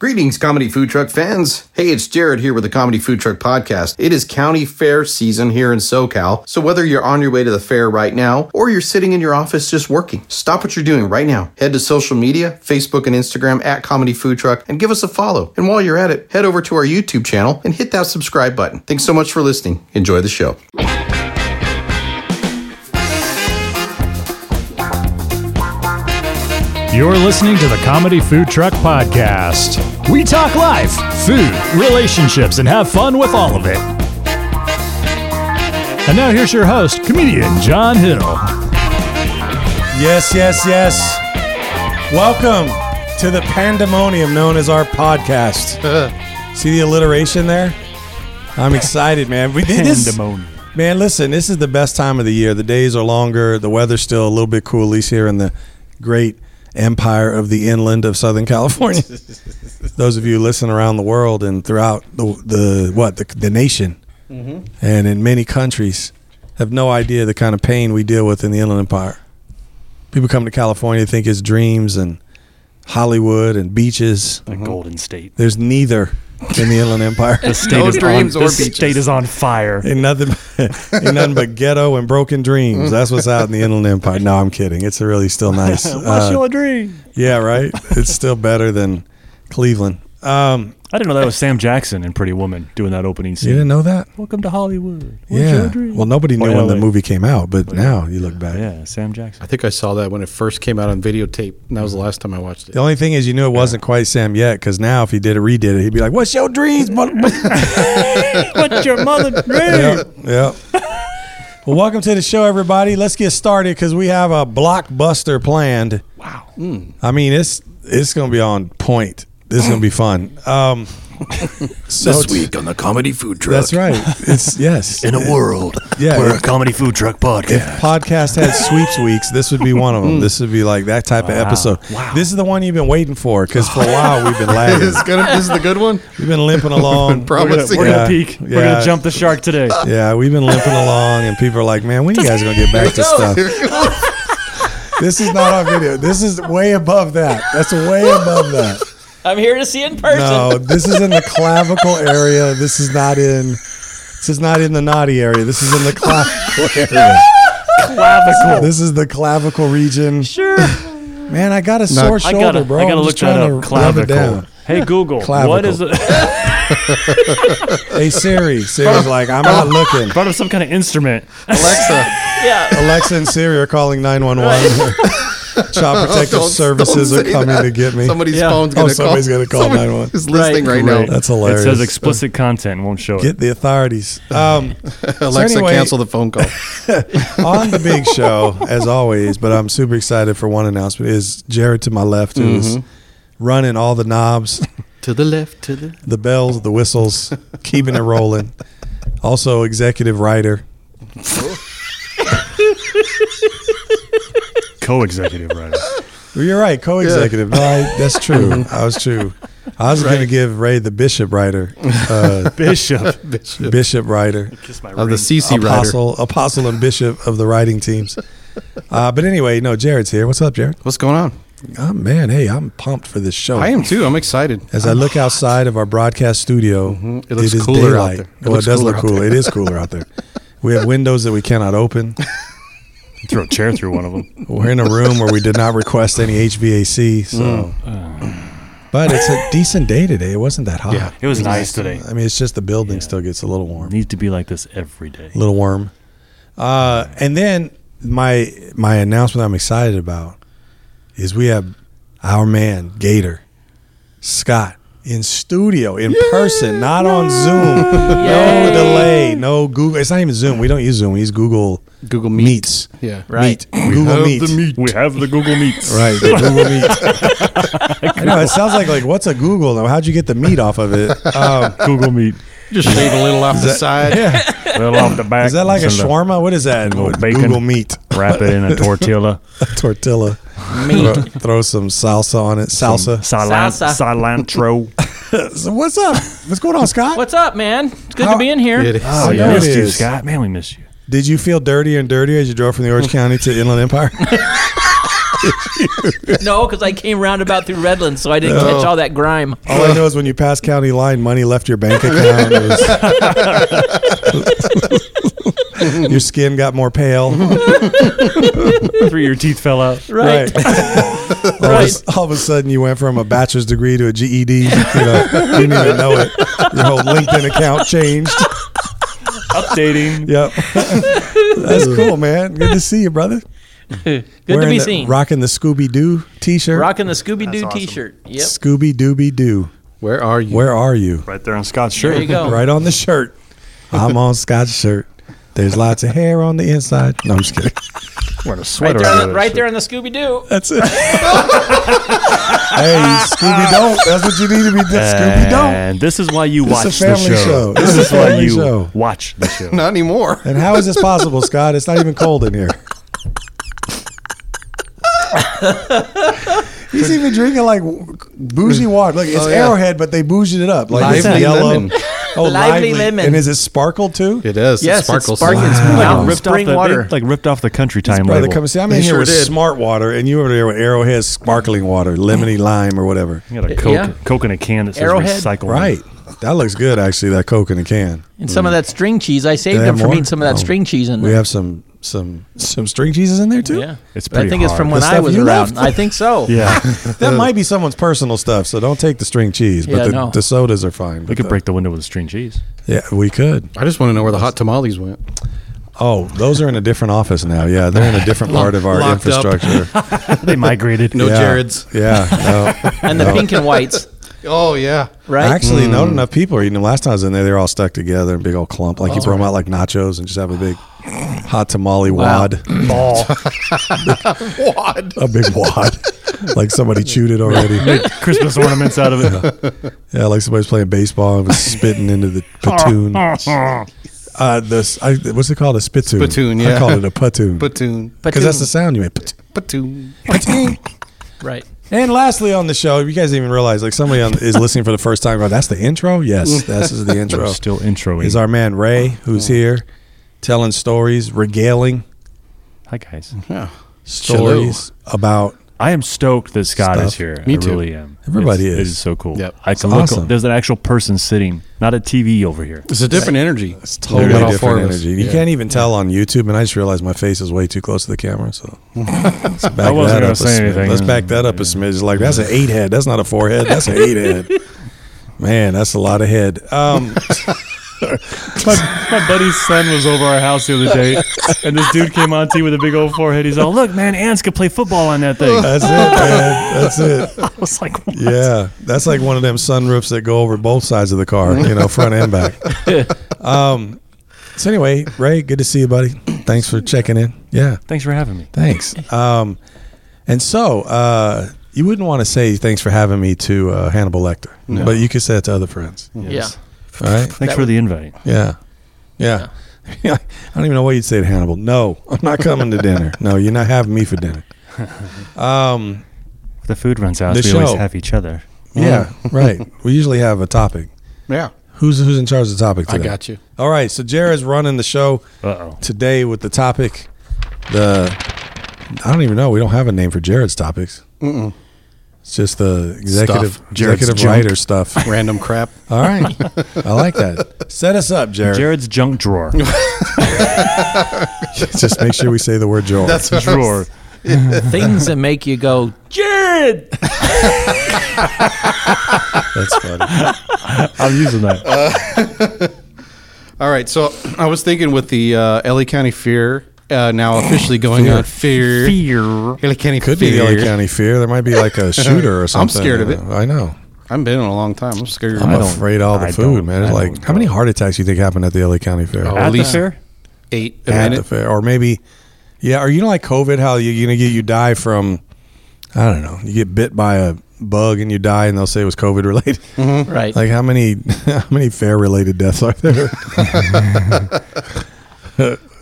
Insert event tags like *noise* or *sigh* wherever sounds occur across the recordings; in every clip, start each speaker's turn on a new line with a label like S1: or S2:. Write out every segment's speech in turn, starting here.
S1: Greetings, comedy food truck fans. Hey, it's Jared here with the Comedy Food Truck Podcast. It is county fair season here in SoCal, so whether you're on your way to the fair right now or you're sitting in your office just working, stop what you're doing right now. Head to social media, Facebook and Instagram at Comedy Food Truck, and give us a follow. And while you're at it, head over to our YouTube channel and hit that subscribe button. Thanks so much for listening. Enjoy the show.
S2: You're listening to the Comedy Food Truck Podcast. We talk life, food, relationships, and have fun with all of it. And now here's your host, comedian John Hill.
S3: Yes, yes, yes. Welcome to the pandemonium known as our podcast. See the alliteration there? I'm excited, man. We did this.
S2: Pandemonium.
S3: Man, listen, this is the best time of the year. The days are longer. The weather's still a little bit cool, at least here in the great empire of the inland of Southern California. Those of you listening around the world and throughout the, the what the, the nation, and in many countries, have no idea the kind of pain we deal with in the inland empire. People come to California think it's dreams and Hollywood and beaches.
S4: the Golden State.
S3: There's neither in the inland empire. *laughs*
S4: Mm-hmm. The state
S1: No
S4: is
S1: dreams
S4: on,
S1: or
S4: the state
S1: beaches.
S4: is on fire.
S3: Ain't nothing, ain't nothing but *laughs* ghetto and broken dreams. That's what's out in the Inland Empire. No, I'm kidding. It's really
S4: *laughs*
S3: still nice. Uh,
S4: dream?
S3: yeah, right. It's still better than Cleveland. Um,
S4: I didn't know that was Sam Jackson in Pretty Woman doing that opening
S3: you
S4: scene.
S3: didn't know that?
S4: Welcome to Hollywood. What's
S3: yeah.
S4: your dream?
S3: Well, nobody knew
S4: Or
S3: when the
S4: LA.
S3: movie came out, but now you look back.
S4: Yeah, Sam Jackson. *laughs*
S1: I think I saw that when it first came out on videotape, and that was the last time I watched
S3: The only thing is, you knew it wasn't quite Sam yet, because now if he did it, redid it, he'd be like, "What's your dreams?" *laughs* but-
S4: What's your mother dream?
S3: yep. yep. well, welcome to the show, everybody. Let's get started because we have a blockbuster planned. Wow. I mean, it's it's gonna be on point. This is gonna be fun. Um, so
S5: This week on the Comedy Food Truck.
S3: That's right.
S1: *laughs*
S3: It's yes.
S5: In a world
S3: Yeah.
S5: where a comedy food truck podcast.
S3: podcast had sweeps weeks, this would be one of
S1: Hmm.
S3: them. This would be like that type of episode.
S4: Wow.
S3: This is the one you've been waiting for
S1: *laughs*
S3: because for a while we've been lagging.
S1: gonna, this is the good one.
S3: We've
S1: *laughs*
S3: been limping along.
S1: Promising.
S4: We're going
S3: Yeah,
S4: to peak. We're going
S3: yeah.
S4: to jump the shark today.
S3: Yeah, we've been limping along, and people are like, "Man, when you guys gonna get
S4: *laughs*
S3: back to stuff?" This is not on video. This is way above that. That's way above that.
S6: I'm here to see in person.
S3: No, this is in
S4: *laughs*
S3: the clavicle area. This is not in. This is not in the naughty area. This is in the clavicle
S4: *laughs*
S3: area. *laughs*
S4: Clavicle.
S3: This is the clavicle region.
S6: Sure.
S3: Man, I got a sore
S4: I
S3: shoulder,
S4: got to
S3: bro.
S4: I gotta
S3: I'm
S4: look
S3: just
S4: that
S3: trying
S4: up.
S3: to rub it
S4: Clavicle.
S3: down.
S4: Hey, Google. What
S3: Clavicle.
S4: is it?
S3: Hey Siri, Siri's like, I'm
S4: *laughs*
S3: not looking.
S4: Brought up some kind
S3: *laughs*
S4: of instrument.
S1: *laughs* Alexa,
S6: Yeah.
S3: Alexa and Siri are calling 911. *laughs* Child Protective Services are
S1: Oh, say
S3: coming
S1: that.
S3: to get me.
S1: Somebody's
S4: Yeah.
S1: phone's
S3: Oh,
S1: gonna call.
S3: somebody's gonna call
S1: Somebody
S3: 911.
S1: Is listening right,
S4: Great.
S1: now.
S3: That's hilarious.
S4: It says explicit content won't show it.
S3: Get the authorities. Um,
S1: *laughs* Alexa,
S3: anyway-
S1: cancel the phone call.
S3: *laughs* on the big show, as always, but I'm super excited for one announcement is Jared to my left, who's
S1: Mm-hmm.
S3: running all the knobs,
S1: *laughs* to the left, to the.
S3: the bells, the whistles, keeping it rolling. Also, executive writer.
S4: Co-executive writer.
S3: Well, You're right, co executive. No, I- that's *laughs* true. I was true. I was going to give Ray the bishop writer, uh,
S4: Bishop.
S3: *laughs* bishop writer.
S4: Kiss my
S1: Of the
S4: ring.
S1: CC rider.
S3: apostle, apostle and bishop of the writing teams. Uh, but anyway, no, Jared's here. What's up, Jared?
S1: What's going on?
S3: Oh man, hey, I'm pumped for this show.
S1: I am too. I'm excited.
S3: As I look outside of our broadcast studio,
S1: Mm-hmm. It looks cooler out there. It
S3: well, it
S1: looks
S3: does
S1: cooler
S3: look
S1: out
S3: cool. It is cooler out there. We have windows that we cannot open.
S4: Throw a chair through one of them.
S3: We're in a room where we did not request any HVAC. So, but it's a decent day today. It wasn't that hot.
S1: Mm. Yeah.
S4: It was nice today.
S3: I mean, it's just the building still gets a little warm.
S4: Needs to be like this every day.
S3: little worm. Uh, and then my my announcement I'm excited about is we have our man Gator Scott in studio in person, not on Zoom. No delay, no Google. It's not even Zoom. We don't use Zoom. We use Google
S1: Google Meet.
S3: Meets.
S1: Yeah.
S3: Right. Meet. Google
S1: Have
S3: Meet.
S1: the meat.
S4: We have the Google Meets.
S3: Right, the Google Meet. I know it sounds like like what's a Google? Now? How'd you get the meat off of it? Um,
S4: Google Meet.
S1: Just shave a little off the side.
S4: Little off the back.
S3: is that like a
S4: send
S3: shawarma? What is that?
S4: Little bacon.
S3: Google Meet.
S4: Wrap it in a tortilla.
S3: tortilla. Throw, throw some salsa on it. Salsa.
S4: Cilan-
S6: Salsa.
S4: Cilantro.
S3: So what's up? What's going on, Scott?
S6: What's up, man? It's good
S3: How-
S6: to be in here.
S1: It is.
S3: Oh,
S4: We
S3: I know it
S4: missed you,
S3: is.
S4: Scott. Man, we missed you. *laughs*
S3: Did you feel dirtier and dirtier as you drove from the Orange County to Inland Empire?
S6: No, because I came roundabout through Redlands, so I didn't catch all that grime.
S3: All I know is when you pass county line, money left your bank account. It was- *laughs* your skin got more
S4: *laughs*
S3: pale.
S4: Three of your teeth fell out.
S6: *laughs* Right.
S3: All, Of, a- all of a sudden, you went from a bachelor's degree to a GED. You, know, you didn't even know it. Your whole LinkedIn account changed.
S4: Updating.
S3: Yep. *laughs* That's cool, man. Good to see you, brother.
S6: Good to
S3: Wearing
S6: be
S3: the-
S6: seen.
S3: Rocking the Scooby Doo t shirt.
S6: Rocking the Scooby Doo
S5: That's awesome.
S6: T-shirt. Yep.
S3: Scooby Dooby Doo.
S1: Where are you?
S3: Where are you?
S4: Right there on Scott's shirt.
S6: There you go.
S3: *laughs* Right on the shirt. I'm on Scott's shirt. There's lots of hair on the inside. No, I'm just kidding. *laughs*
S5: Wearing a
S6: Right
S5: sweater.
S6: there, on,
S5: under
S6: right
S5: that
S6: there on the Scooby Doo.
S3: That's it. *laughs* hey, Scooby Doo. That's what you need to be doing.
S1: Uh,
S3: Scooby Doo.
S4: And this is why you watch
S3: It's a
S4: the
S3: family
S4: show.
S3: show. This is a
S4: why
S3: family
S4: you
S3: show.
S4: watch the show.
S1: Not anymore.
S3: And how is this possible, Scott? It's not even cold in here. He's even drinking like bougie water. Look, it's
S1: Oh, yeah.
S3: Arrowhead, but they bougieed it up. Like it's
S1: Lively
S3: yellow.
S1: lemon.
S3: Oh,
S6: Lively lemon.
S3: And is it sparkle too?
S1: It is.
S6: Yes,
S1: it
S6: it's
S1: sparkles.
S6: sparkling.
S1: *laughs*
S6: Wow.
S4: Like,
S6: Oh.
S4: ripped
S6: Spring
S4: off the,
S6: water.
S4: They, like ripped off the country time
S3: Brother,
S4: label.
S3: come see. I'm in
S1: They
S3: here
S1: sure
S3: with
S1: did.
S3: smart water, and you over there with Arrowhead sparkling water, lemony lime or whatever.
S4: You got a coke,
S6: Yeah.
S4: coke in a can that says
S6: Arrowhead?
S4: recycle.
S3: Right. That looks good, actually. That Coke in a can.
S6: And some of that string cheese. I saved
S3: They
S6: them
S3: have
S6: from
S3: more?
S6: eating some of that
S3: Oh.
S6: string cheese in
S3: We
S6: there.
S3: have some some some string cheeses in there too.
S6: yeah.
S4: It's
S6: But I
S4: pretty
S6: think it's
S4: hard.
S6: from
S4: The
S6: when I
S3: stuff
S6: was
S3: you
S6: around.
S3: left.
S6: I
S3: *laughs*
S6: think so.
S4: Yeah.
S3: That might be someone's personal stuff, so don't take the string cheese. But
S6: Yeah,
S3: the,
S6: no.
S3: the sodas are fine.
S4: we could break the window with string cheese.
S3: Yeah, we could.
S1: I just want to know where the hot tamales went.
S3: Oh, those are in a different office now. Yeah, they're in a different part of our
S1: Locked up.
S3: infrastructure. *laughs*
S4: They migrated.
S1: No
S3: yeah.
S1: Jared's.
S3: Yeah.
S1: *laughs*
S3: no.
S6: And the pink
S3: *laughs*
S6: and whites,
S1: Oh yeah.
S6: right?
S3: Actually, not enough people are eating them. Last time I was in there, they were all stuck together in a big old clump.
S1: Oh.
S3: Like you throw them out like nachos and just have a big hot tamale wad,
S4: Ball.
S3: *laughs*
S1: Wad.
S3: a big wad. like somebody chewed
S1: *laughs*
S3: it already.
S4: *laughs* Christmas ornaments out of it.
S3: Yeah, like somebody's playing baseball and was spitting into the
S1: *laughs*
S3: platoon.
S4: *laughs*
S3: Uh, this I, what's it called? A spittoon.
S1: Spittoon,
S3: I
S1: yeah.
S3: call it a platoon.
S1: Platoon.
S3: Because that's the sound you make. Patoon.
S1: Platoon.
S6: right.
S3: And lastly, on the show, if you guys didn't even realize, like somebody on, is listening for the first time, going, "That's the intro."
S4: *laughs*
S3: Yes, this is the intro.
S4: We're still introing.
S3: Oh.
S4: Oh.
S3: Is our man Ray who's here, telling stories, regaling
S4: Hi guys.
S1: Yeah.
S3: stories about
S4: I am stoked that Scott
S3: Stuff.
S4: is here.
S1: Me
S4: I
S1: too.
S4: really am.
S3: Everybody
S4: It's-
S3: is.
S4: It is so cool.
S1: Yep.
S4: I can look.
S3: awesome.
S4: There's an actual person sitting, not a TV over here.
S1: It's a different energy. It's
S3: totally different energy. You can't even tell on YouTube, and I just realized my face is way too close to the camera.
S4: *laughs*
S3: So let's back that
S4: wasn't gonna
S3: up a
S4: say
S3: smidge.
S4: anything.
S3: Let's back that up a smidge. Like that's an eight head. That's not a four head. That's an eight
S4: *laughs*
S3: head. Man, that's a lot of head. Um,
S4: My buddy's son was over our house the other day, and this dude came on to you with a big old forehead. He's all, "Look, man, ants could play football on that thing." I
S3: that's it, man. That's it.
S4: was like, what?
S3: Yeah, that's like one of them sunroofs that go over both sides of the car, you know, front and
S1: *laughs*
S3: back. Um, so anyway, Ray, good to see you, buddy. Thanks for checking in. Yeah,
S4: "Thanks for having me."
S3: thanks. Um, and so uh, you wouldn't want to say thanks for having me to uh, Hannibal Lecter, but you could say it to other friends.
S6: Yeah.
S3: All right.
S4: Thanks for the invite.
S3: Yeah. Yeah. *laughs* I don't even know what you'd say to Hannibal. No, I'm not coming to dinner. No, you're not having me
S1: *laughs*
S3: for dinner. Um,
S4: If the food runs out,
S3: The
S4: we always
S3: show.
S4: have each other.
S3: yeah, right. We usually have a topic.
S1: Yeah.
S3: Who's who's in charge of the topic
S1: I
S3: today?
S1: got you.
S3: All right, so Jared's running the show
S4: Uh oh.
S3: today with the topic. The I don't even know. We don't have a name for Jared's topics. Mm-mm. It's just the executive
S1: Stuff. Jared's
S3: executive
S1: junk. *laughs*
S3: writer stuff.
S1: Random crap.
S3: All right, I like that. Set us up, Jared.
S4: Jared's junk drawer.
S3: *laughs* Just make sure we say the word Jared.
S1: That's what I was-
S4: drawer.
S3: *laughs*
S6: Things that make you go, Jared.
S3: That's funny.
S4: I'm using that.
S1: All right. So I was thinking with the uh, LA County Fear uh, now officially going on. Fear.
S4: Fear.
S1: LA County
S3: Could be
S1: Fear.
S3: the LA County fear. There might be
S1: *laughs*
S3: like a shooter or something.
S1: scared of it.
S3: I know.
S1: I've been in a long time. I'm scared.
S3: I'm
S1: I'm
S4: don't-
S3: afraid all the
S4: I
S3: food,
S4: don't-
S3: man. It's
S4: I
S3: like
S4: don't
S3: how many
S4: know.
S3: heart attacks you think happened at the LA County Fair?
S1: Oh,
S4: At the
S1: Lisa.
S4: fair?
S1: eight a
S3: at the
S1: minute.
S3: fair, or maybe, yeah, or you know, like COVID, how you you know you, you die from, I don't know, you get bit by a bug and you die, and they'll say it was COVID related.
S6: Right.
S3: Like how many *laughs* how many fair related deaths are there? *laughs*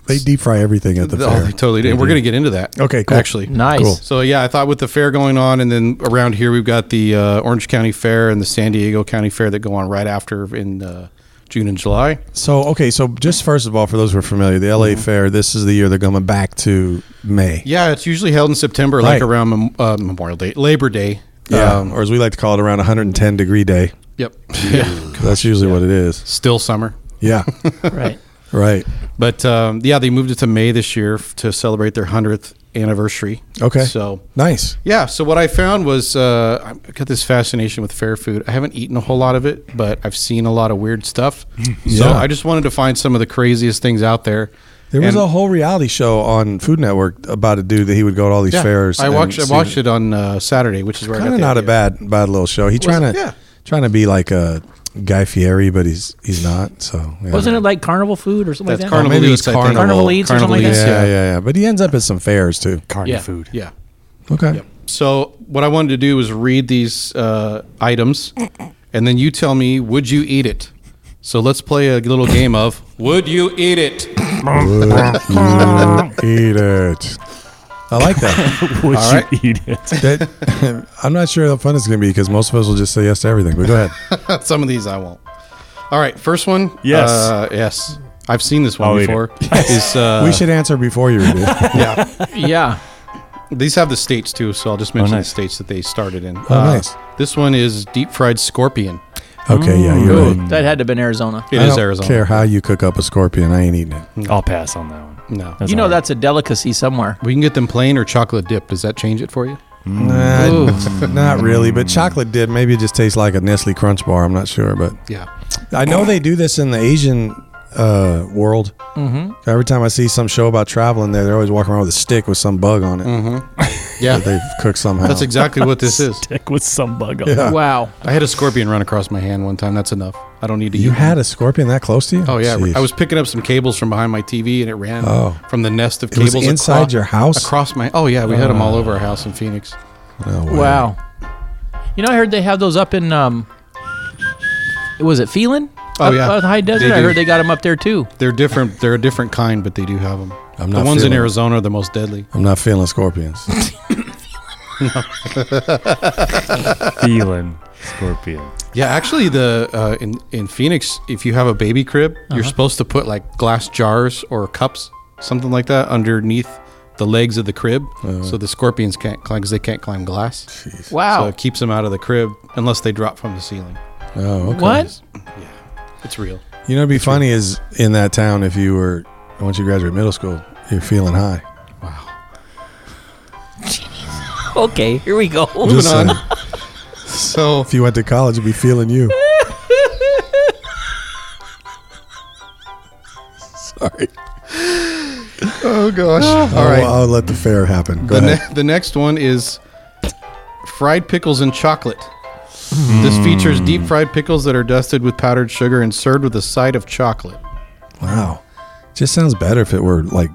S3: they deep fry everything at the
S1: Oh,
S3: fair.
S1: they totally did. And We're going to get into that.
S3: Okay, cool.
S1: Actually,
S6: nice.
S3: Cool.
S1: So yeah, I thought with the fair going on, and then around here we've got the uh, Orange County Fair and the San Diego County Fair that go on right after in uh,
S7: June and July.
S3: So okay, so just first of all, for those who are familiar, the LA Fair. This is the year they're going back to May.
S7: Yeah, it's usually held in September, like
S3: Right.
S7: around Mem- uh, Memorial Day, Labor Day.
S3: Yeah,
S7: Um,
S3: or as we like to call it, around 110 degree day.
S7: yep. *laughs* Yeah.
S3: That's usually what it is.
S7: Still summer.
S3: Yeah,
S6: Right.
S3: right.
S7: But um, yeah, they moved it to May this year f- to celebrate their 100th anniversary.
S3: Okay.
S7: So,
S3: Nice.
S7: yeah. So, what I found was uh, I got this fascination with fair food. I haven't eaten a whole lot of it, but I've seen a lot of weird stuff.
S3: Hmm.
S7: So,
S3: Yeah.
S7: I just wanted to find some of the craziest things out there.
S3: There was
S7: And-
S3: a whole reality show on Food Network about a dude that he would go to all these
S7: Yeah,
S3: fairs.
S7: I watched, I watched it on uh, Saturday, which is where I
S3: Kind
S7: got
S3: of
S7: the
S3: not a
S7: idea.
S3: bad bad little show. He trying to
S7: Yeah.
S3: trying to be like a Guy Fieri, but he's he's not. So yeah.
S6: Wasn't it like carnival food or something
S7: That's
S6: like that?
S7: Carnival
S3: maybe it was
S7: Eats, I think.
S3: Carnival.
S6: Carnival Eats or something like
S7: Carnival
S3: Yeah,
S7: Eats,
S3: yeah, yeah. But he ends up at some fairs too.
S5: Carne
S6: Yeah.
S5: food.
S7: Yeah.
S3: Okay.
S7: So what I wanted to do was read these uh, items, and then you tell me would you eat it. So let's play a little game of Would you eat it?
S3: Eat it. I like
S7: *laughs*
S3: that.
S4: Would
S7: All
S4: you
S7: right.
S4: eat it?
S3: that. I'm not sure how fun it's going to be because most of us will just say yes to everything. But go ahead.
S7: Some of these I won't. All right, first one.
S4: Yes.
S7: uh, yes. I've seen this one
S4: I'll eat it.
S3: *laughs*
S7: before. Is uh,
S3: we should answer before you read it.
S7: yeah.
S6: Yeah.
S7: These have the states too, so I'll just mention
S4: nice.
S7: the states that they started in. Oh,
S3: Oh, nice.
S7: This one is deep fried scorpion.
S3: Okay, yeah, you're
S6: Ooh,
S3: right.
S6: that had to have been Arizona.
S7: It is
S3: I don't
S7: Arizona.
S3: care how you cook up a scorpion, I ain't eating it.
S4: I'll pass on that one.
S7: No.
S6: You know that's a delicacy somewhere.
S7: We can get them plain or chocolate dip. Does that change it for you?
S3: Nah, not really, but chocolate did. Maybe it just tastes like a Nestle Crunch bar. I'm not sure, but
S7: Yeah.
S3: I know they do this in the Asian uh, world. Mm-hmm. Every time I see some show about traveling there, they're always walking around with a stick with some bug on it
S7: Mm-hmm.
S3: *laughs*
S7: Yeah.
S3: that they've cooked somehow.
S7: That's exactly
S3: *laughs*
S7: what this is.
S4: Dick with some bug on it.
S3: Yeah.
S6: Wow.
S7: I had a scorpion run across my hand one time. That's enough. I don't need to.
S3: You
S7: eat
S3: had a scorpion that close to you?
S7: Oh yeah,
S3: Jeez.
S7: I was picking up some cables from behind my TV, and it ran
S3: Oh.
S7: from the nest of
S3: It was
S7: cables
S3: inside
S7: acro-
S3: your house? Uh.
S7: Across my. Oh yeah, we had them all over our house in Phoenix.
S3: Oh,
S6: Wow. You know, I heard they have those up in um. Was it Phelan?
S7: Oh,
S6: Up-
S7: yeah.
S6: up high desert.
S7: They
S6: I
S7: do.
S6: heard they got them up there too.
S7: They're different. They're a different kind, but they do have them.
S3: I'm
S7: the
S3: not
S7: ones in
S3: feeling it.
S7: Arizona are the most deadly.
S3: I'm not feeling
S7: *laughs*
S3: scorpions.
S4: Feeling scorpion.
S7: Yeah, actually, the uh, in in Phoenix, if you have a baby crib, you're supposed to put like glass jars or cups, something like that, underneath the legs of the crib, so the scorpions can't climb because they can't climb glass. So
S6: Wow.
S7: it keeps them out of the crib unless they drop from the ceiling.
S3: Oh, okay.
S6: what?
S7: It's real.
S3: You know, it'd be funny is in that town if you were once you graduate middle school, you're feeling high.
S6: Okay. Here we go.
S3: Just
S7: on.
S3: saying.
S7: So
S3: if you went to college, you'd be feeling you. Sorry.
S7: oh gosh, *laughs* all
S3: I'll,
S7: right.
S3: I'll let the fair happen. Go
S7: The,
S3: ahead.
S7: ne- the next one is fried pickles and chocolate. This features deep fried pickles that are dusted with powdered sugar and served with a side of chocolate.
S3: wow. Just sounds better if it were like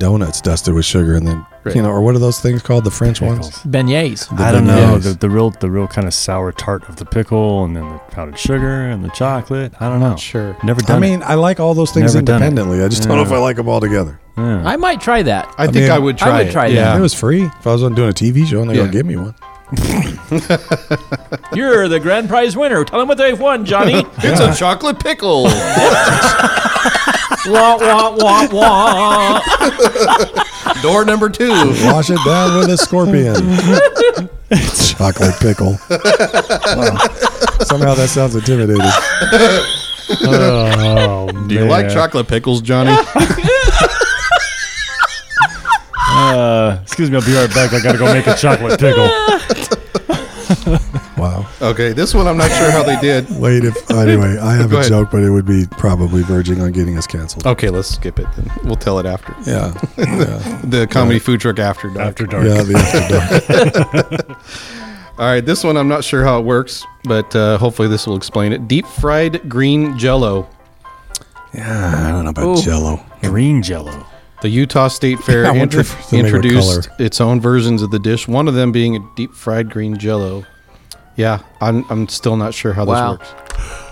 S3: donuts dusted with sugar and then
S7: Right.
S3: you know, or what are those things called? The French ones?
S6: *laughs* Beignets.
S3: The
S4: I don't know
S3: beignets.
S4: the, the real the real kind of sour tart of the pickle and then the powdered sugar and the chocolate. I don't know.
S7: sure.
S4: Never done.
S3: I mean, I like all those things
S4: Never done it.
S3: independently. I just don't know if
S4: Yeah.
S3: I like them all together.
S4: it. Yeah.
S6: I might try that.
S7: I, think
S3: mean,
S7: I would
S6: I
S7: try.
S6: would try
S7: it.
S6: that.
S7: Yeah.
S3: If it was free, if I was on doing a TV show and they
S7: Yeah.
S3: yeah. go give me one.
S6: You're the grand prize winner. Tell them what they've won,
S7: *laughs*
S6: Johnny.
S7: It's a chocolate pickle. *laughs*
S6: wah wah wah wah.
S7: Door number two.
S3: Wash it down with a *laughs* scorpion. Chocolate pickle. Wow. Somehow that sounds intimidating.
S4: oh,
S7: Do you like chocolate pickles, *laughs* Johnny?
S4: Uh, excuse me, I'll be right back. I gotta go make a chocolate pickle.
S3: Wow.
S7: okay, this one I'm not sure how they did.
S3: Wait, if anyway, I have
S7: Go
S3: a
S7: ahead.
S3: joke, but it would be probably verging on getting us canceled.
S7: Okay, let's skip it. Then. We'll tell it after
S3: Yeah. Yeah.
S7: the comedy food truck after dark.
S4: After dark.
S3: yeah the after dark.
S7: All right, this one I'm not sure how it works, but uh, hopefully this will explain it. Deep fried green Jello.
S3: Yeah, I don't know about jello.
S4: *laughs* Green jello.
S7: The Utah State
S3: *laughs*
S7: Fair
S3: I wonder
S7: intro-
S3: if it's made with
S7: introduced
S3: color.
S7: its own versions of the dish. One of them being a deep fried green Jello. Yeah, I'm, I'm still not sure how
S6: Wow.
S7: this works.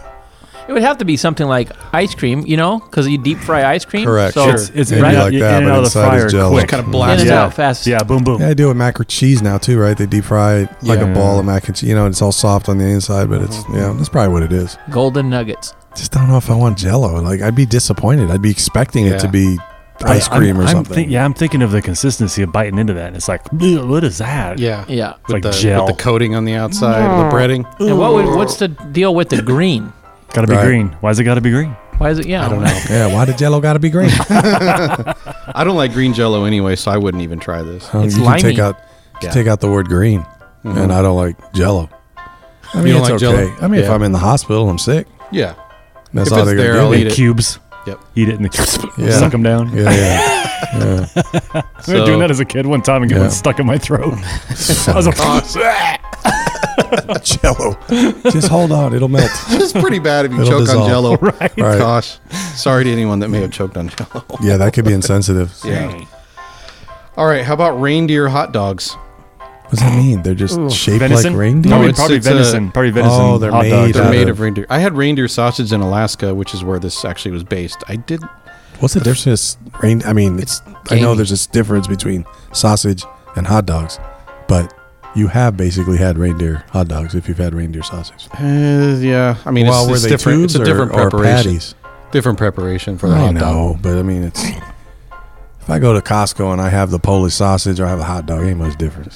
S6: It would have to be something like ice cream, you know, because you deep fry ice cream.
S3: Correct.
S6: So
S3: Sure.
S4: It's, it's
S3: It'd be
S4: right
S3: like
S4: you-
S3: that,
S4: in and
S3: but
S4: out of the
S3: inside is
S4: fryer
S3: Jello.
S4: quick.
S7: Kind of
S6: in
S7: blast
S6: and
S4: yeah.
S6: out fast.
S4: Yeah, boom, boom.
S3: Yeah, I do it mac or cheese now too, right? They deep fry it like
S4: Yeah.
S7: Uh-huh.
S3: a ball of mac and cheese. You know, and it's all soft on the inside, but it's yeah, that's probably what it is.
S6: Golden nuggets.
S3: just don't know if I want Jello. Like I'd be disappointed. I'd be expecting it to
S7: Yeah.
S3: be ice
S4: I'm-
S3: cream or
S4: I'm
S3: something.
S4: think- yeah, I'm thinking of the consistency of biting into that. And it's like, "Ugh, what is that?
S7: Yeah.
S6: Yeah.
S7: With,
S4: Like
S7: the,
S4: gel.
S7: with the coating on the outside, the breading.
S6: And what would, what's the deal with the green?
S4: Got to be
S3: Right.
S4: green. Why's it got to be green?
S6: Why is it? Yeah, I don't *laughs* know.
S3: Yeah, why did Jello got to be
S7: *laughs*
S3: green?
S7: I don't like green jello anyway, so I wouldn't even try this.
S3: Um,
S6: It's
S3: you can take
S6: limey.
S3: out you can
S7: Yeah. Mm-hmm.
S3: take out the word green, and I don't like Jello. I mean,
S7: don't
S3: it's
S7: like Jell-O?
S3: okay. I mean, if
S7: Yeah.
S3: I'm in the hospital, and I'm sick.
S7: Yeah.
S3: That's
S7: If
S3: all
S7: it's
S3: they're
S7: there,
S3: gonna
S7: I'll
S3: give
S7: eat
S3: me.
S7: it.
S4: Cubes.
S7: Yep.
S4: Eat it and
S3: *laughs*
S4: then *laughs* suck them down.
S3: Yeah,
S7: *laughs*
S3: yeah.
S4: I remember
S7: So-
S4: doing that as a kid one time and got
S3: Yeah.
S4: one stuck in my throat. I was like, *laughs*
S3: Jello. Just hold on, it'll
S7: *laughs*
S3: melt.
S7: It's pretty bad if
S3: *laughs*
S7: you
S3: It'll
S7: choke
S3: dissolve.
S7: on jello.
S4: Right.
S3: Right.
S7: Gosh. Sorry to anyone that may have choked on jello.
S3: Yeah, that could be insensitive.
S7: Yeah. All right. How about reindeer hot dogs?
S3: What does that mean? They're just shaped
S4: venison.
S3: like reindeer.
S4: Probably,
S7: No, it's-
S4: probably
S7: it's a-
S4: venison. probably venison.
S3: Oh, they're
S4: hot
S3: made
S4: dogs.
S3: out
S7: They're
S3: Yeah,
S7: made
S3: the-
S7: of reindeer. I had reindeer sausage in Alaska, which is where this actually was based. I did.
S3: What's the difference? Rain. I mean, it's. I know
S6: gamey.
S3: there's this difference between sausage and hot dogs, but you have basically had reindeer hot dogs if you've had reindeer sausage.
S7: Uh, yeah. I mean,
S3: Well,
S7: it's,
S3: were
S7: it's
S3: they
S7: different. It's a
S3: tubes or-
S7: different
S3: or
S7: preparation.
S3: patties?
S7: different preparation for the
S3: I
S7: hot dog.
S3: know, but I mean, it's. If I go to Costco and I have the Polish sausage or I have a hot dog, ain't much
S7: *laughs*
S3: difference.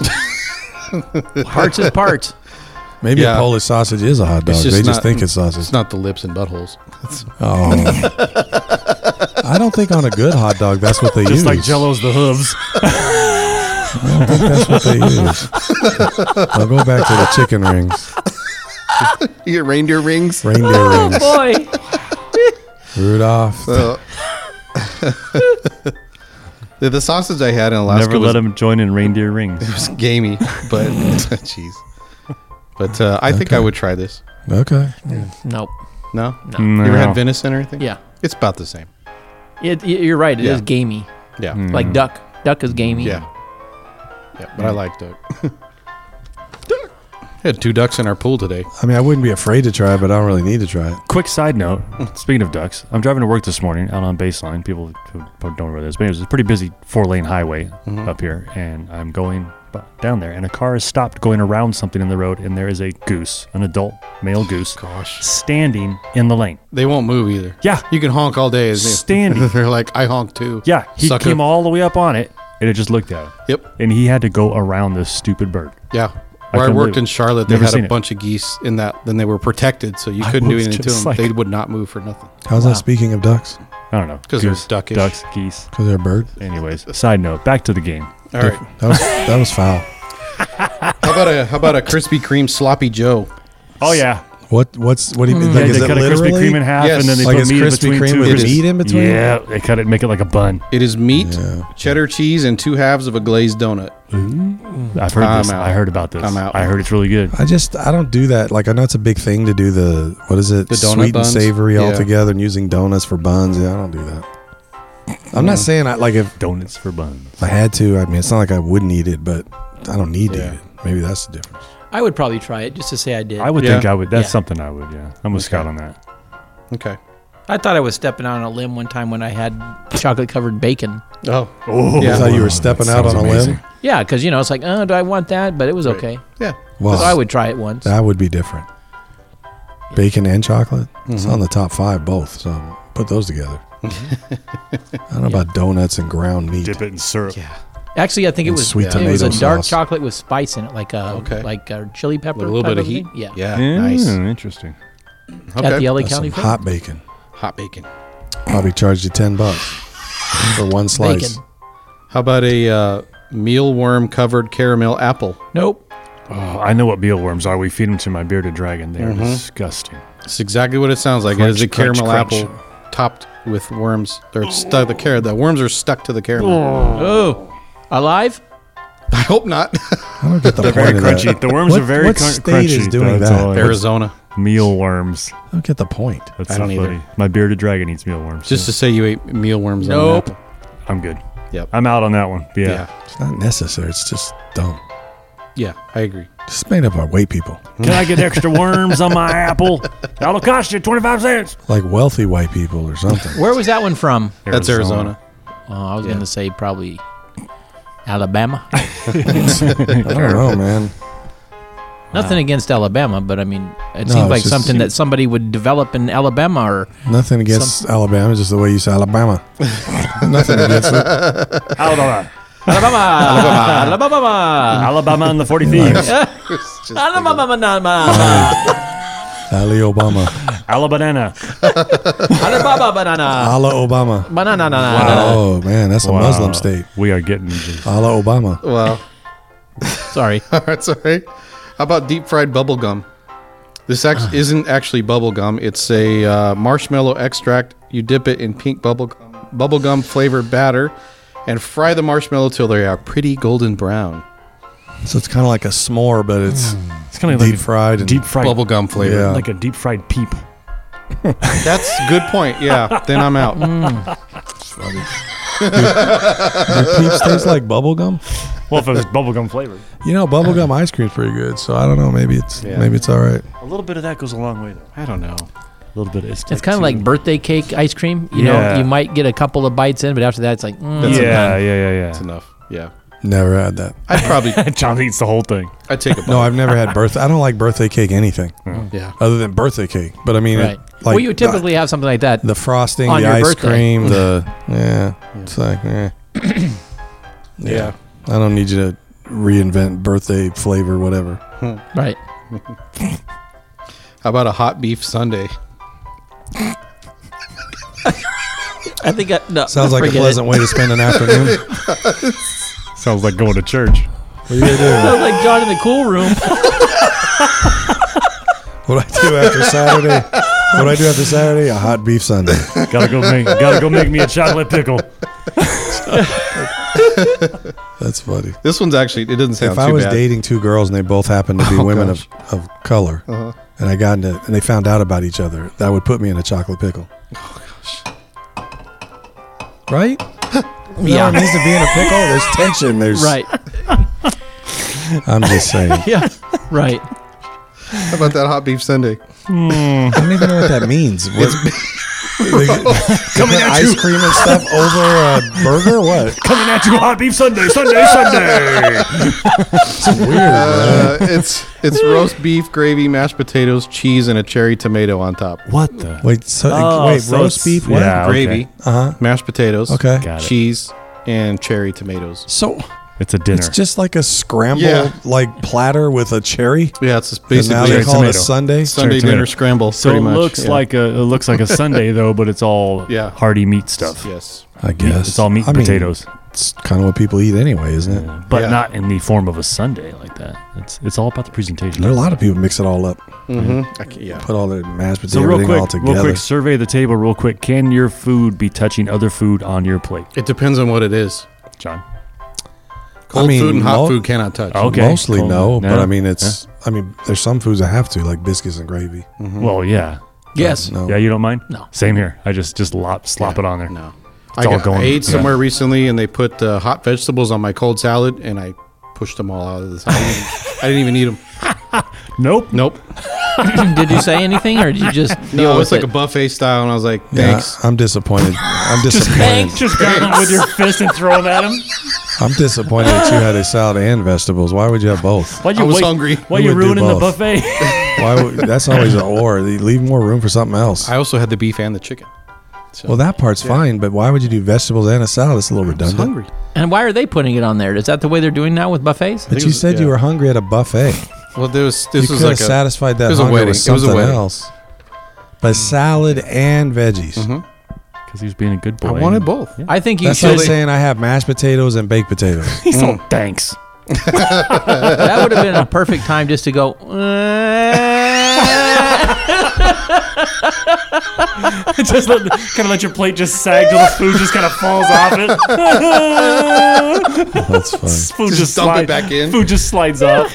S6: Parts is parts.
S3: Maybe a
S7: Yeah.
S3: Polish sausage is a hot dog.
S7: It's
S3: They
S7: just
S3: just
S7: not-
S3: think it's sausage.
S7: It's not the lips and buttholes.
S3: oh. *laughs* I don't think on a good hot dog that's what they use.
S4: Just like Jello's the hooves.
S3: That's what they use. I'll go back to the chicken rings,
S7: You get reindeer rings.
S3: reindeer rings.
S6: Oh, Boy,
S3: Rudolph.
S7: Uh, the, the sausage I had in Alaska
S4: Never
S7: was,
S4: let him join in reindeer rings.
S7: was gamey,
S3: *laughs*
S7: but *laughs* jeez. But uh, I think I would try this.
S3: Okay.
S6: nope.
S7: No? *laughs* You ever had venison or anything?
S6: Yeah,
S7: It's about the same.
S6: it, y- you're right. It is
S7: Yeah.
S6: gamey,
S7: Yeah.
S3: Mm.
S6: like duck. Duck is gamey.
S7: Yeah. Yeah, but I like *laughs* duck. had two ducks in our pool today.
S3: I mean, I wouldn't be afraid to try it, but I don't really need to try it.
S4: Quick side note. Speaking of ducks, I'm driving to work this morning out on Baseline. People who don't know where it is, but it was a pretty busy four lane highway
S7: Mm-hmm.
S4: up here, and I'm going bu- down there, and a car is stopped going around something in the road, and there is a goose, an adult
S7: Oh,
S4: male goose,
S7: Gosh.
S4: standing in the lane.
S7: They won't move either. *laughs*
S4: Yeah.
S7: You can honk all day. isn't it?
S4: Standing.
S7: *laughs* They're like, I honk too.
S4: Yeah, he
S7: Sucker.
S4: came all the way up on it, and it just looked at him,
S7: Yep.
S4: and he had to go around this stupid bird.
S7: Yeah.
S4: I
S7: Where I,
S4: couldn't
S7: worked
S4: believe
S7: in
S4: it.
S7: Charlotte, they
S4: Never
S7: had
S4: seen
S7: a
S4: it.
S7: bunch of geese in that. Then they were protected, so you couldn't do
S4: was
S7: anything to them.
S4: just like-
S7: they would not move for nothing.
S3: How's that speaking of ducks?
S4: I don't know
S7: 'Cause they're
S4: goose,
S7: duckish.
S4: ducks, geese.
S3: Because they're a bird.
S4: Anyways, side note. Back to the game.
S7: All right.
S3: That was that was foul.
S7: How about a how about a Krispy Kreme sloppy Joe?
S4: Oh yeah,
S3: What what's what do you mean?
S4: Mm. yeah
S3: Like, is
S4: they
S3: it
S4: cut a Krispy
S3: literally?
S4: Kreme in half,
S7: Yes.
S4: and then they
S3: Like,
S4: put
S3: is
S4: meat in
S3: Krispy
S4: between
S3: Kreme
S4: two.
S3: with
S4: It
S3: there's
S4: is-
S3: meat in between?
S4: Yeah, they cut it, make it like a bun.
S7: It is meat, cheddar cheese, and two halves of a glazed donut.
S4: I've heard
S7: I'm
S4: this.
S7: out.
S4: I heard about this.
S7: I'm out.
S4: I heard it's really good.
S3: I just I don't do that. Like I know it's a big thing to do the what is it?
S7: The donut
S3: sweet
S7: buns?
S3: and savory
S7: Yeah.
S3: all together and using donuts for buns. Yeah, I don't do that. I'm
S7: Mm.
S3: not saying I like if
S4: Donuts for buns.
S3: I had to. I mean, it's not like I wouldn't eat it, but I don't need
S7: Yeah.
S3: to eat it. Maybe that's the difference.
S6: I would probably try it just to say I did. I
S4: I would
S7: Yeah.
S4: think I would. That's
S6: Yeah.
S4: something I would. Yeah, I'm with Scott on that.
S7: Okay.
S6: thought I was stepping out on a limb one time when I had chocolate covered bacon.
S7: Oh.
S4: Oh,
S3: I
S7: Yeah.
S3: thought you
S2: Wow,
S3: were stepping
S2: that
S3: out on
S2: sounds
S3: a
S2: amazing.
S3: limb.
S6: Yeah, because you know it's like, oh, do I want that? But it was okay.
S7: Yeah.
S3: Well,
S6: So I would try it once.
S3: that would be different. Bacon and chocolate. It's on the top five both. So put those together. I don't know about donuts and ground meat.
S4: dip it in syrup.
S7: Yeah.
S6: Actually, I think it
S3: And
S6: was
S3: sweet
S6: it was a
S3: tomato
S6: dark
S3: sauce.
S6: chocolate with spice in it, like a
S7: Okay.
S6: like a chili pepper,
S7: With a little
S6: type
S7: bit of heat.
S6: thing. Yeah.
S7: Yeah.
S4: Mm,
S7: Nice.
S4: Interesting.
S6: at the
S7: Okay.
S6: LA
S3: That's
S6: County
S3: some
S6: Fair.
S3: hot bacon.
S7: Hot bacon.
S3: Probably charged you ten bucks for one slice.
S6: Bacon.
S7: How about a uh, mealworm covered caramel apple?
S6: Nope.
S4: Oh, I know what mealworms are. We feed them to my bearded dragon. They are disgusting.
S7: It's exactly what it sounds like. it
S4: Crunch,
S7: is a
S4: crunch,
S7: caramel
S4: crunch.
S7: apple topped with worms. They're stuck. The car- the worms are stuck to the caramel.
S6: Oh, alive?
S7: *laughs* I hope not.
S3: I don't get the point
S4: Very
S3: of
S4: crunchy.
S3: that.
S4: The worms
S3: What-
S4: are very
S3: what
S4: crun-
S3: state
S4: crunchy.
S3: is doing
S4: That's
S3: that?
S4: all I-
S7: Arizona.
S4: mealworms.
S3: I don't get the point.
S4: That's
S7: I
S4: so
S7: don't either.
S4: funny. My bearded dragon eats mealworms.
S7: *laughs* Just to say you ate mealworms.
S6: Nope.
S7: On an apple.
S4: I'm good.
S7: Yep.
S4: I'm out on that one. Yeah.
S7: yeah.
S3: It's not necessary. It's just dumb.
S7: Yeah. I agree.
S3: Just made up by white people,
S4: Can I get extra worms on my apple?
S2: *laughs*
S4: That'll cost you 25 cents.
S3: like wealthy white people or something.
S6: Where was that one from?
S7: That's Arizona.
S6: Oh, I was gonna say probably Alabama.
S4: *laughs*
S3: I don't know, man.
S6: Nothing against Alabama, but I mean, it
S3: No,
S6: seems
S3: it's
S6: like
S3: just-
S6: something that somebody would develop in Alabama or *laughs*
S3: Nothing against Alabama, just the way you say Alabama. Nothing against it.
S4: Alabama.
S6: Alabama, Alabama,
S4: Alabama and the 40 Thieves.
S6: Alabama, Alabama,
S3: Ali Obama.
S4: *laughs* Alabama.
S6: Alabama,
S3: *laughs*
S6: banana,
S3: Ala Obama.
S6: banana, banana.
S3: Oh, man, that's a Muslim state.
S4: We are getting just
S3: Ala Obama.
S7: Wow.
S3: *laughs*
S6: Sorry.
S7: That's all right. How about deep fried bubble gum? This act- isn't actually bubble gum. It's a uh, marshmallow extract. You dip it in pink bubble gum, bubble gum flavored batter, and fry the marshmallow till they are pretty golden brown.
S3: So it's kind of like a s'more, but it's
S4: it's kind of like
S3: deep fried.
S4: a
S3: And,
S4: deep fried
S7: Bubble gum flavor.
S3: Mm, Yeah.
S4: like a deep fried peep.
S7: That's a good point. Yeah. Then I'm
S3: Mm-hmm.
S7: out.
S3: Do peeps taste like bubble gum?
S4: Well, if it was bubblegum flavored.
S3: You know, bubble gum ice cream's pretty good. So I don't know. Maybe it's
S7: Yeah.
S3: maybe it's all right.
S4: A little bit of that goes a long way, though.
S7: I don't know.
S4: A little bit. It's,
S6: It's kind of like birthday cake ice cream. You
S4: Yeah.
S6: know, you might get a couple of bites in, but after that, it's like, mm,
S7: That's
S4: yeah, yeah, yeah,
S7: That's enough. Yeah.
S3: Never had that.
S7: I'd probably.
S4: yeah. John eats the whole thing.
S7: I'd take a bite.
S3: No, I've never had birth. I don't like birthday cake anything
S7: Yeah.
S3: other than birthday cake. But I mean, it-
S6: Mm. right. well, you would typically have something like that.
S3: the, the frosting,
S6: on
S3: the
S6: your
S3: ice
S6: birthday.
S3: cream,
S6: *laughs*
S3: the yeah. It's like eh. yeah.
S7: Yeah.
S3: I don't need you to reinvent birthday flavor, whatever.
S6: right.
S7: How about a hot beef sundae?
S6: I think I, no.
S3: Sounds like a
S6: forget
S3: pleasant
S6: It.
S3: way to spend an afternoon.
S4: Sounds like going to church.
S3: what do you do?
S6: Sounds like John in the cool room.
S3: What do I do after Saturday? What do I do after Saturday? A hot beef Sunday.
S4: gotta go make. Gotta go make me a chocolate pickle.
S3: That's funny.
S7: This one's actually. It doesn't sound
S3: if I
S7: too
S3: was
S7: bad.
S3: dating two girls and they both happened to be
S7: Oh,
S3: women
S7: gosh.
S3: of, of color, and I got into and they found out about each other, that would put me in a chocolate pickle. Right? yeah. It means *laughs* to be in a pickle. There's tension. There's
S6: Right.
S3: I'm just saying. I
S6: Yeah. Right.
S3: *laughs*
S7: How about that hot beef sundae?
S3: don't even know what that means. What, they get- *laughs* they put ice cream and stuff over a burger. What?
S4: Coming at you, hot beef Sunday, Sunday, Sunday.
S7: Uh, it's it's roast beef, gravy, mashed potatoes, cheese, and a cherry tomato on top.
S4: What the?
S3: Wait. So,
S4: *laughs* Oh,
S3: wait.
S4: so
S3: roast
S4: it's-
S3: beef. What?
S4: yeah. okay.
S7: Gravy,
S3: Uh huh.
S7: mashed potatoes,
S3: Okay.
S4: Got it.
S7: cheese, and cherry tomatoes.
S3: *laughs* So
S4: It's a dinner.
S3: it's just like a scramble
S7: Yeah.
S3: like platter with a cherry.
S7: Yeah, it's just
S3: And now
S7: basically
S3: they
S7: a
S3: call it a
S4: tomato.
S3: Sunday.
S7: Sunday
S4: cherry tomato.
S7: dinner scramble.
S4: so it
S7: pretty much.
S4: looks
S7: yeah.
S4: like a it looks like a Sunday though, but it's all
S7: Yeah.
S4: hearty meat stuff.
S7: yes,
S3: I
S4: Meat-
S3: guess
S4: It's all meat
S3: I
S4: and
S3: mean,
S4: potatoes,
S3: it's kind of what people eat anyway, isn't it?
S4: but
S7: Yeah.
S4: not in the form of a Sunday like that. It's it's all about the presentation.
S3: There are a lot of people mix it all up,
S7: I ca- yeah.
S3: put all their mashed potato
S4: So real
S3: everything all
S4: quick,
S3: together.
S4: real quick, survey the table real quick. Can your food be touching other food on your plate,
S7: It depends on what it is.
S4: John?
S7: Cold
S3: mean,
S7: food and hot
S3: mo-
S7: food cannot touch.
S4: Okay.
S3: Mostly
S4: cool.
S3: no, but I mean it's. I mean, there's some foods I have to like biscuits and gravy.
S4: Yeah. well, yeah,
S6: Yes.
S3: No,
S4: yeah. You don't mind?
S6: No.
S4: Same here. I just just lop, slop it on there.
S7: No,
S4: It's
S7: I,
S4: all
S7: got-
S4: going-
S7: I ate
S4: yeah.
S7: somewhere recently and they put uh, hot vegetables on my cold salad and I pushed them all out of the salad. I
S4: *laughs*
S7: didn't even- I didn't even eat them.
S4: Nope.
S7: Nope.
S6: Did you say anything, or did you just deal
S7: No,
S6: with
S7: it's like
S6: it?
S7: a buffet style, and I was like,
S3: Yeah,
S7: thanks.
S3: I'm disappointed. I'm disappointed.
S4: *laughs* Just grabbing with your fist and throwing at him.
S3: I'm disappointed that you had a salad and vegetables. Why would you have both?
S4: Why'd
S7: I was hungry.
S4: Why
S3: You
S4: you
S3: would do
S4: ruining the
S3: both.
S4: buffet?
S3: *laughs* Why? Would, that's always an or. They Leave more room for something else.
S7: I also had the beef and the chicken.
S3: well, that part's fine, but why would you do vegetables and a salad? It's a little redundant.
S6: and why are they putting it on there? Is that the way they're doing now with buffets?
S3: But
S7: think
S3: you
S7: it was-
S3: said you
S7: yeah.
S3: were hungry at a buffet.
S7: Well, there was this
S3: you
S7: was
S3: could
S7: like
S3: have satisfied that
S7: it was a
S3: hunger
S7: wedding.
S3: with
S7: It was a
S3: something
S7: wedding.
S3: else. But salad and veggies.
S7: Mm-hmm.
S4: Because he was being a good boy.
S7: I wanted both.
S6: I think you
S3: That's
S6: should.
S3: like saying I have mashed potatoes and baked
S7: *laughs*
S3: potatoes. *laughs*
S4: Thanks.
S6: that would have been a perfect time just to go. "Uh." "Eh."
S4: *laughs* just let, kind of let your plate just sag till the food just kind of falls off it.
S3: That's funny.
S4: Food
S7: Just
S4: just,
S7: dump
S4: slides.
S7: it back in.
S4: Food just slides *laughs* off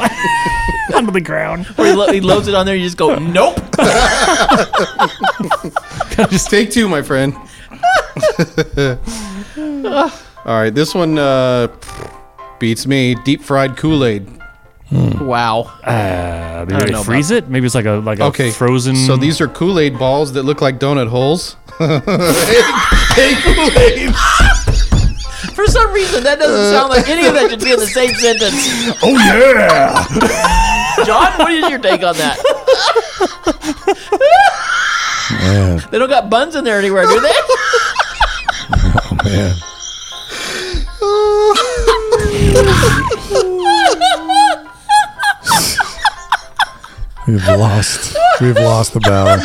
S4: under the ground.
S6: Or he, lo- he loads it on there. You just go, nope.
S7: Just take two, my friend. All right, this one uh, beats me. Deep fried Kool Aid.
S6: Wow.
S4: Uh, maybe
S6: don't
S4: they
S6: know
S4: freeze it. Maybe it's like a like
S7: Okay,
S4: a frozen.
S7: So these are Kool Aid balls that look like donut holes. hey, Kool Aid.
S6: For Oh, some reason, that doesn't sound like any of that should be in the same sentence.
S4: oh yeah.
S6: John, what is your take on that?
S3: Man,
S6: They don't got buns in there anywhere, do they?
S3: man. We've lost. We've lost the
S7: *laughs*
S3: battle.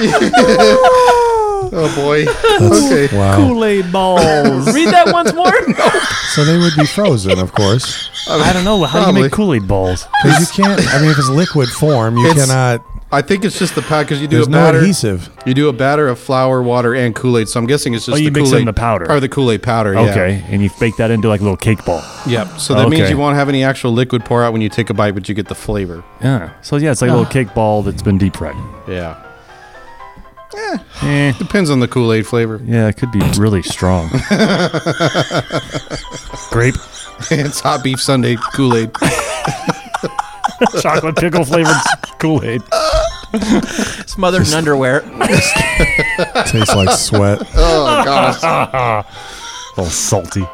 S1: Oh boy. okay.
S3: Wow.
S8: Kool-Aid balls.
S6: Read that once more.
S3: *laughs*
S6: No.
S3: So they would be frozen, of course.
S4: I don't know. How do you
S1: Probably.
S4: make Kool-Aid balls?
S3: Because you can't. I mean, if it's liquid form, you
S1: It's-
S3: cannot.
S7: I think it's just the pack because you do
S3: There's
S7: a
S3: no
S7: batter.
S3: adhesive.
S7: You do a batter of flour, water, and Kool Aid. So I'm guessing it's just
S4: Oh, you
S7: the
S4: mix in
S7: Kool Aid
S4: the powder.
S7: or the Kool Aid powder.
S4: Okay, and you bake that into like a little cake ball.
S7: Yeah. Yep. So that means
S4: Okay.
S7: you won't have any actual liquid pour out when you take a bite, but you get the flavor.
S4: Yeah. So yeah, it's like a little cake ball that's been deep fried.
S7: Yeah.
S3: *sighs*
S4: Eh,
S7: Depends on the Kool Aid flavor.
S4: yeah, it could be really
S7: *laughs*
S4: strong. Grape,
S7: it's hot beef Sunday Kool Aid.
S4: chocolate pickle flavored Kool-Aid.
S6: Smothered in underwear.
S3: Tastes like sweat.
S7: *laughs* Uh,
S1: Oh gosh.
S4: A little salty.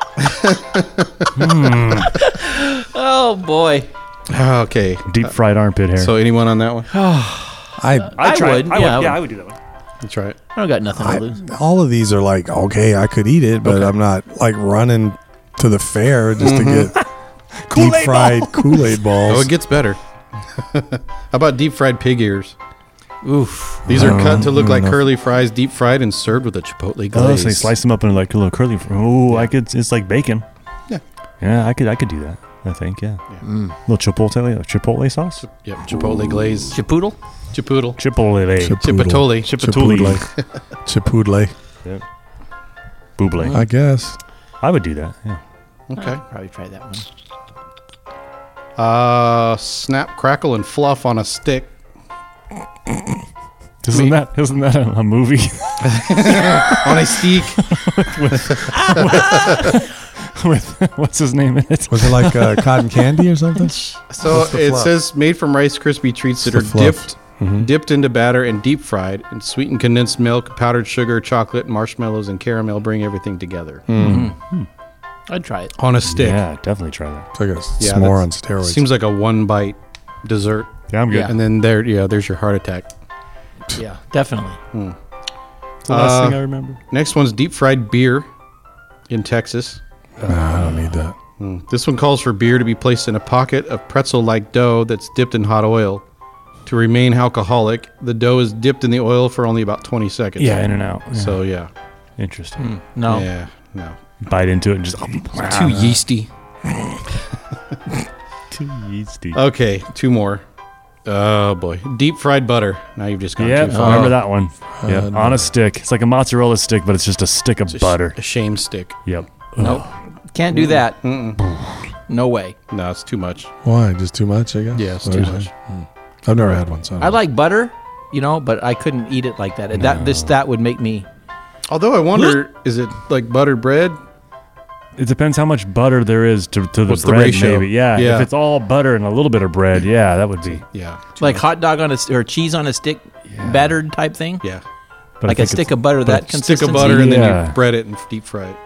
S6: Oh boy.
S7: *laughs* okay.
S4: Deep fried armpit hair.
S7: So anyone on that one?
S3: I
S6: I
S4: try it.
S6: would, yeah, I would.
S4: would do that one.
S7: That's right.
S6: I don't got nothing to lose.
S3: all of these are like okay, I could eat it, but I'm not like running to the fair just to get deep fried Kool Aid
S7: Oh,
S3: balls.
S7: it gets better. *laughs* How about deep fried pig ears?
S6: Oof.
S7: These are
S3: I
S7: cut
S3: don't-
S7: to look
S3: I don't
S7: like
S3: know.
S7: curly fries, deep fried and served with a chipotle glaze.
S4: Mm, Oh, so you slice them up into like a little curly. Fr- oh, I could. It's like bacon.
S7: Yeah.
S4: Yeah, I could. I could do that. I think. Yeah. little chipotle, chipotle sauce.
S7: Yep, chipotle glaze.
S6: Chipotle?
S7: Chipotle.
S4: Chipotle.
S7: Chipotle.
S4: Chipotle.
S3: Chipotle,
S4: Buble.
S3: I guess.
S4: I would do that. Yeah.
S7: Okay.
S6: Probably try that one.
S7: Uh, snap, crackle, and fluff on a stick.
S4: Isn't that isn't that a, a movie *laughs*
S7: On a stick.
S4: with what's his name in it?
S3: Was it like uh, cotton candy or something?
S7: So
S3: What's the
S7: it
S3: fluff?
S7: says made from Rice Krispie treats that
S3: the
S7: are
S3: fluff?
S7: dipped,
S4: Mm-hmm.
S7: dipped into batter and deep fried, and sweetened condensed milk, powdered sugar, chocolate, marshmallows, and caramel bring everything together
S6: I'd try it.
S7: on a stick.
S4: Mm. Yeah, definitely try that.
S3: It's like a
S7: Yeah,
S3: s'more
S7: that's-
S3: on steroids.
S7: Seems like a one bite dessert,
S4: Yeah, I'm good.
S6: Yeah.
S7: and then there, yeah, there's your heart attack.
S6: Yeah, definitely.
S4: That's the last
S7: Uh,
S4: thing I remember.
S7: Next one's deep fried beer in Texas.
S3: Nah, I don't need that.
S7: This one calls for beer to be placed in a pocket of pretzel like dough that's dipped in hot oil. To remain alcoholic, the dough is dipped in the oil for only about 20 seconds.
S4: Yeah, in and out. Yeah.
S7: So, yeah.
S4: Interesting.
S7: Hmm.
S6: No.
S7: Yeah. No.
S4: Bite into it *laughs* and just
S7: Too yeasty.
S4: too yeasty.
S7: Okay. Two more. Oh, boy. Deep fried butter. Now you've just gone
S4: Yeah,
S7: too far.
S4: remember that one. Yeah,
S3: no.
S4: on a stick. It's like a mozzarella stick, but it's just a stick of
S7: Just
S4: butter.
S7: A shame stick.
S4: Yep.
S6: Can't do that. No way.
S7: No, it's too much.
S3: Why? Just too much? I guess.
S7: Yeah, it's
S3: What
S7: too
S3: do you
S7: much.
S3: think? I've never had one. So
S6: I like butter, you know, but I couldn't eat it like that. That this that would make me.
S7: Although I wonder, is it like buttered bread?
S4: It depends how much butter there is to, to the
S7: What's the
S4: bread,
S7: ratio?
S4: maybe. Yeah,
S7: Yeah.
S4: If it's all butter and a little bit of bread, yeah, that would be.
S7: Yeah.
S6: like hot dog on a s- or cheese on a stick, battered type thing.
S7: Yeah.
S4: But I
S6: like a
S4: think
S6: stick
S4: it's-
S6: of butter that consistency.
S7: Stick of butter and then
S4: Yeah.
S7: you bread it and deep fry it.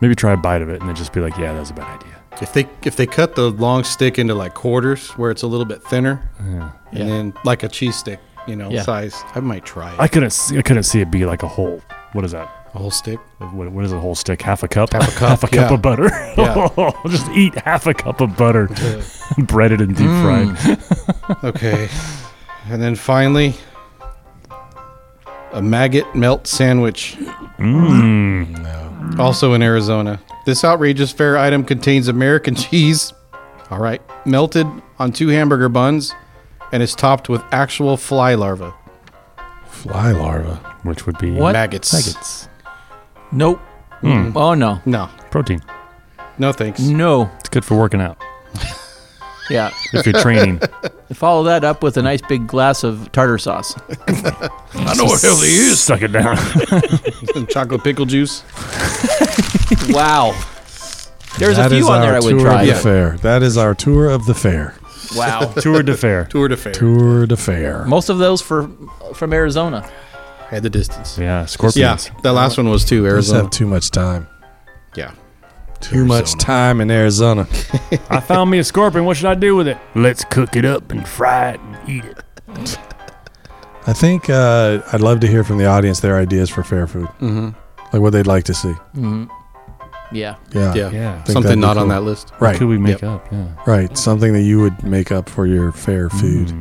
S4: Maybe try a bite of it and then just be like, yeah, that was a bad idea.
S7: If they if they cut the long stick into like quarters where it's a little bit thinner, and
S6: Yeah.
S7: then like a cheese stick, you know,
S6: Yeah.
S7: size, I might try it.
S4: I couldn't. See, I couldn't see it be like a whole. What is that?
S7: a whole stick.
S4: What, what is a whole stick? Half a cup. *laughs*
S7: Half a cup,
S4: half a cup
S7: yeah.
S4: of butter.
S7: Yeah.
S4: *laughs* just eat half a cup of butter, *laughs* breaded and deep fried.
S7: Okay, and then finally, a maggot melt sandwich. Also in Arizona, this outrageous fair item contains American *laughs* cheese. All right, melted on two hamburger buns, and is topped with actual fly larvae.
S3: fly larvae.
S4: Which would be
S6: What?
S7: Maggots.
S4: Maggots.
S6: Nope. Oh no.
S7: No,
S4: Protein.
S7: no thanks.
S6: No.
S4: It's good for working out.
S6: Yeah.
S4: If you're training,
S6: Follow that up with a nice big glass of tartar sauce.
S5: I know what hell he is.
S4: suck it down.
S7: Some *laughs* chocolate pickle juice.
S6: Wow. There's a
S3: That is
S6: few on there
S3: our
S6: I would
S3: tour
S6: try.
S3: Of the
S7: Yeah.
S3: fair. That is our tour of the fair.
S6: Wow.
S4: Tour de fair.
S7: Tour de fair.
S3: Tour de fair.
S6: Most of those for from Arizona.
S7: Had the distance.
S4: Yeah, scorpions.
S7: Yeah, that last one was too
S3: Just
S7: Arizona.
S3: have too much time.
S7: Yeah,
S3: Too much time in Arizona.
S4: I found me a scorpion. What should I do with it? Let's cook it up and fry it and eat it.
S3: I think uh, I'd love to hear from the audience their ideas for fair food, mm-hmm. like what they'd like to see.
S6: Yeah.
S3: Yeah,
S4: Yeah.
S7: Yeah.
S3: Think that'd
S7: Something
S3: be
S7: not on
S3: cool.
S7: that list.
S3: right,
S4: Could we make
S7: Yep.
S4: up? Yeah.
S3: right. Something that you would make up for your fair food,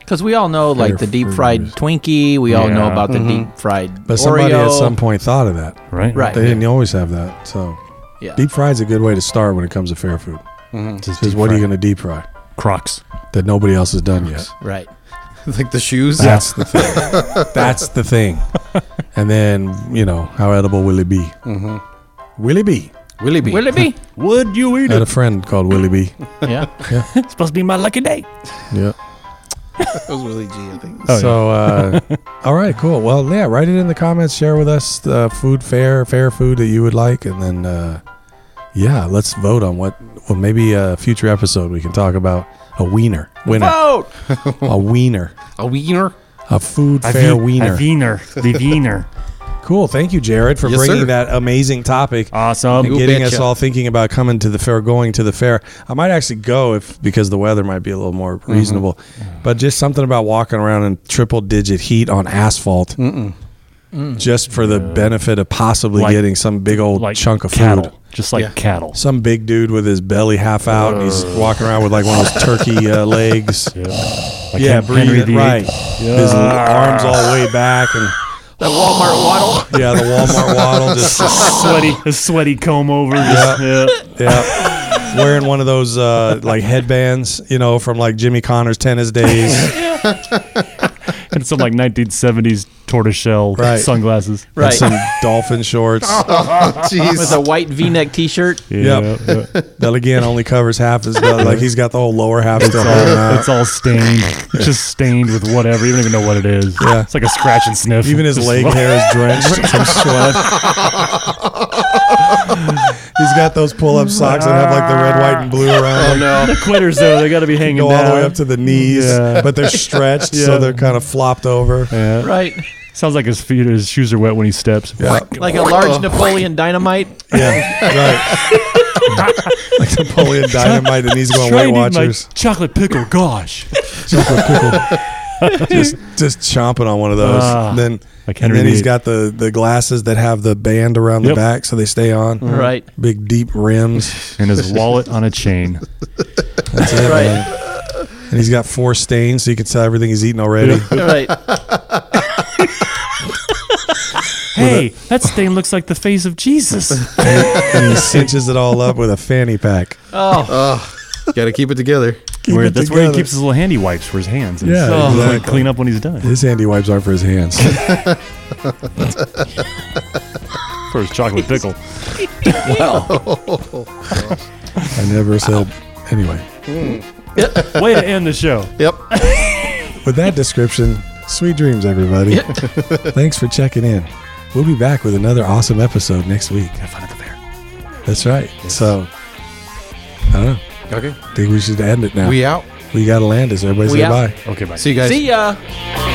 S6: Because we all know, like, the
S3: Fair
S6: deep fried
S3: fruit.
S6: Twinkie. We all know
S4: Yeah.
S6: about the deep fried
S3: but somebody
S6: Oreo.
S3: at some point thought of that.
S4: Right.
S6: Right.
S3: They didn't always have that, so
S6: Yeah.
S3: deep fried's a good way to start when it comes to fair food.
S7: Mm-hmm.
S4: Just
S3: Because what are you going to deep fry
S4: Crocs.
S3: that nobody else has done yet?
S6: Right.
S7: like the shoes.
S3: That's the thing. That's the *laughs* thing. And then you know how edible will it be? Mm-hmm. Will it be?
S7: Willie B.
S6: Will it
S3: *laughs*
S6: be?
S4: Would you eat
S3: I had
S4: it?
S3: a friend called Willie
S7: *laughs*
S3: B.
S6: yeah.
S4: It's supposed to be my lucky day.
S3: Yeah.
S7: That was Willie G, I think.
S3: so, uh, *laughs* all right, cool. Well, yeah, write it in the comments. Share with us the food fair, fair food that you would like, and then, uh, yeah, let's vote on what. Well, maybe a future episode we can talk about a wiener winner,
S6: Vote.
S3: *laughs* a wiener,
S7: A wiener.
S3: a food fair wiener.
S4: A wiener. The wiener.
S3: Cool. Thank you, Jared, for
S7: Yes,
S3: bringing
S7: sir.
S3: that amazing topic.
S4: Awesome.
S7: You
S3: getting us
S7: betcha.
S3: all thinking about coming to the fair, going to the fair. I might actually go if because the weather might be a little more
S4: Mm-hmm.
S3: reasonable, but just something about walking around in triple digit heat on asphalt, just for the benefit of possibly
S4: Like-
S3: getting some big old
S4: Like
S3: chunk of
S4: cattle.
S3: food.
S4: Just like
S7: Yeah.
S4: cattle.
S3: Some big dude with his belly half out, and he's walking around with like one of those turkey
S4: *laughs*
S3: uh, legs. Yeah,
S4: Like Hen- Henry
S3: breathe it
S4: VIII.
S3: right. His arms all way back, and
S6: The Walmart waddle.
S3: yeah, the Walmart waddle just
S4: *laughs* sweaty, a sweaty comb over. Just- yeah.
S3: Yeah. Wearing one of those uh, like headbands, you know, from like Jimmy Connor's tennis days.
S4: *laughs* And some like 1970s tortoiseshell
S3: Right.
S4: sunglasses.
S3: and
S6: Right.
S3: Some dolphin shorts.
S6: With a white V-neck T-shirt.
S3: Yep.
S4: yeah.
S3: That again only covers half his belly. Like he's got the whole lower half uh, still hanging out. *laughs*
S4: It's all stained, just stained with whatever. You don't even know what it is.
S3: Yeah.
S4: It's like a scratch and sniff.
S3: Even his
S4: Just- *laughs*
S3: leg hair is drenched from sweat. he's got those pull up socks that have like the red, white, and blue around them.
S4: The quitters though, they got to be hanging
S3: Go all
S4: down.
S3: the way up to the knees,
S4: Yeah.
S3: but they're stretched,
S4: Yeah.
S3: so they're kind of flopped over.
S4: Yeah.
S6: Right.
S4: Sounds like his feet, his shoes are wet when he steps.
S3: Yeah.
S6: Like a large Napoleon Dynamite.
S3: Yeah, right. like Napoleon Dynamite, and he's going Weight
S4: Training
S3: Watchers.
S4: my chocolate pickle.
S3: *laughs*
S4: Gosh, *laughs*
S3: just just chomping on one of those.
S4: Ah,
S3: And then
S4: like
S3: and
S4: Henry
S3: then he's
S4: VIII.
S3: got the the glasses that have the band around the
S4: Yep.
S3: back, so they stay on.
S6: Mm-hmm. Right.
S3: Big deep
S4: *laughs*
S3: rims.
S4: and his wallet on a chain.
S3: That's it,
S6: Right.
S3: man. And he's got four stains, so you can tell everything he's eaten already.
S6: Right.
S4: Hey, that stain looks like the face
S3: *laughs*
S4: of Jesus.
S3: and he cinches it all up with a fanny pack.
S7: Got to keep it together.
S3: Keep
S4: Where-
S3: it
S4: that's where he
S3: together.
S4: keeps his Oh. little handy wipes for his hands. And
S3: Yeah,
S4: so he'll
S3: exactly.
S4: clean up when he's done.
S3: his handy wipes aren't for his
S4: *laughs*
S3: hands.
S4: For his chocolate *laughs* pickle.
S3: I never said anyway.
S4: Way to end the show.
S7: Yep.
S3: With that description, sweet dreams, everybody. *laughs* Thanks for checking in. We'll be back with another awesome episode next week.
S4: Have fun at the fair.
S3: That's right. So, I don't know.
S7: Okay.
S3: think we should end it now.
S7: We out.
S3: we got to land us. Everybody
S6: We
S3: say
S6: out.
S3: bye.
S4: Okay, bye.
S7: See you guys.
S6: See ya.
S3: Bye.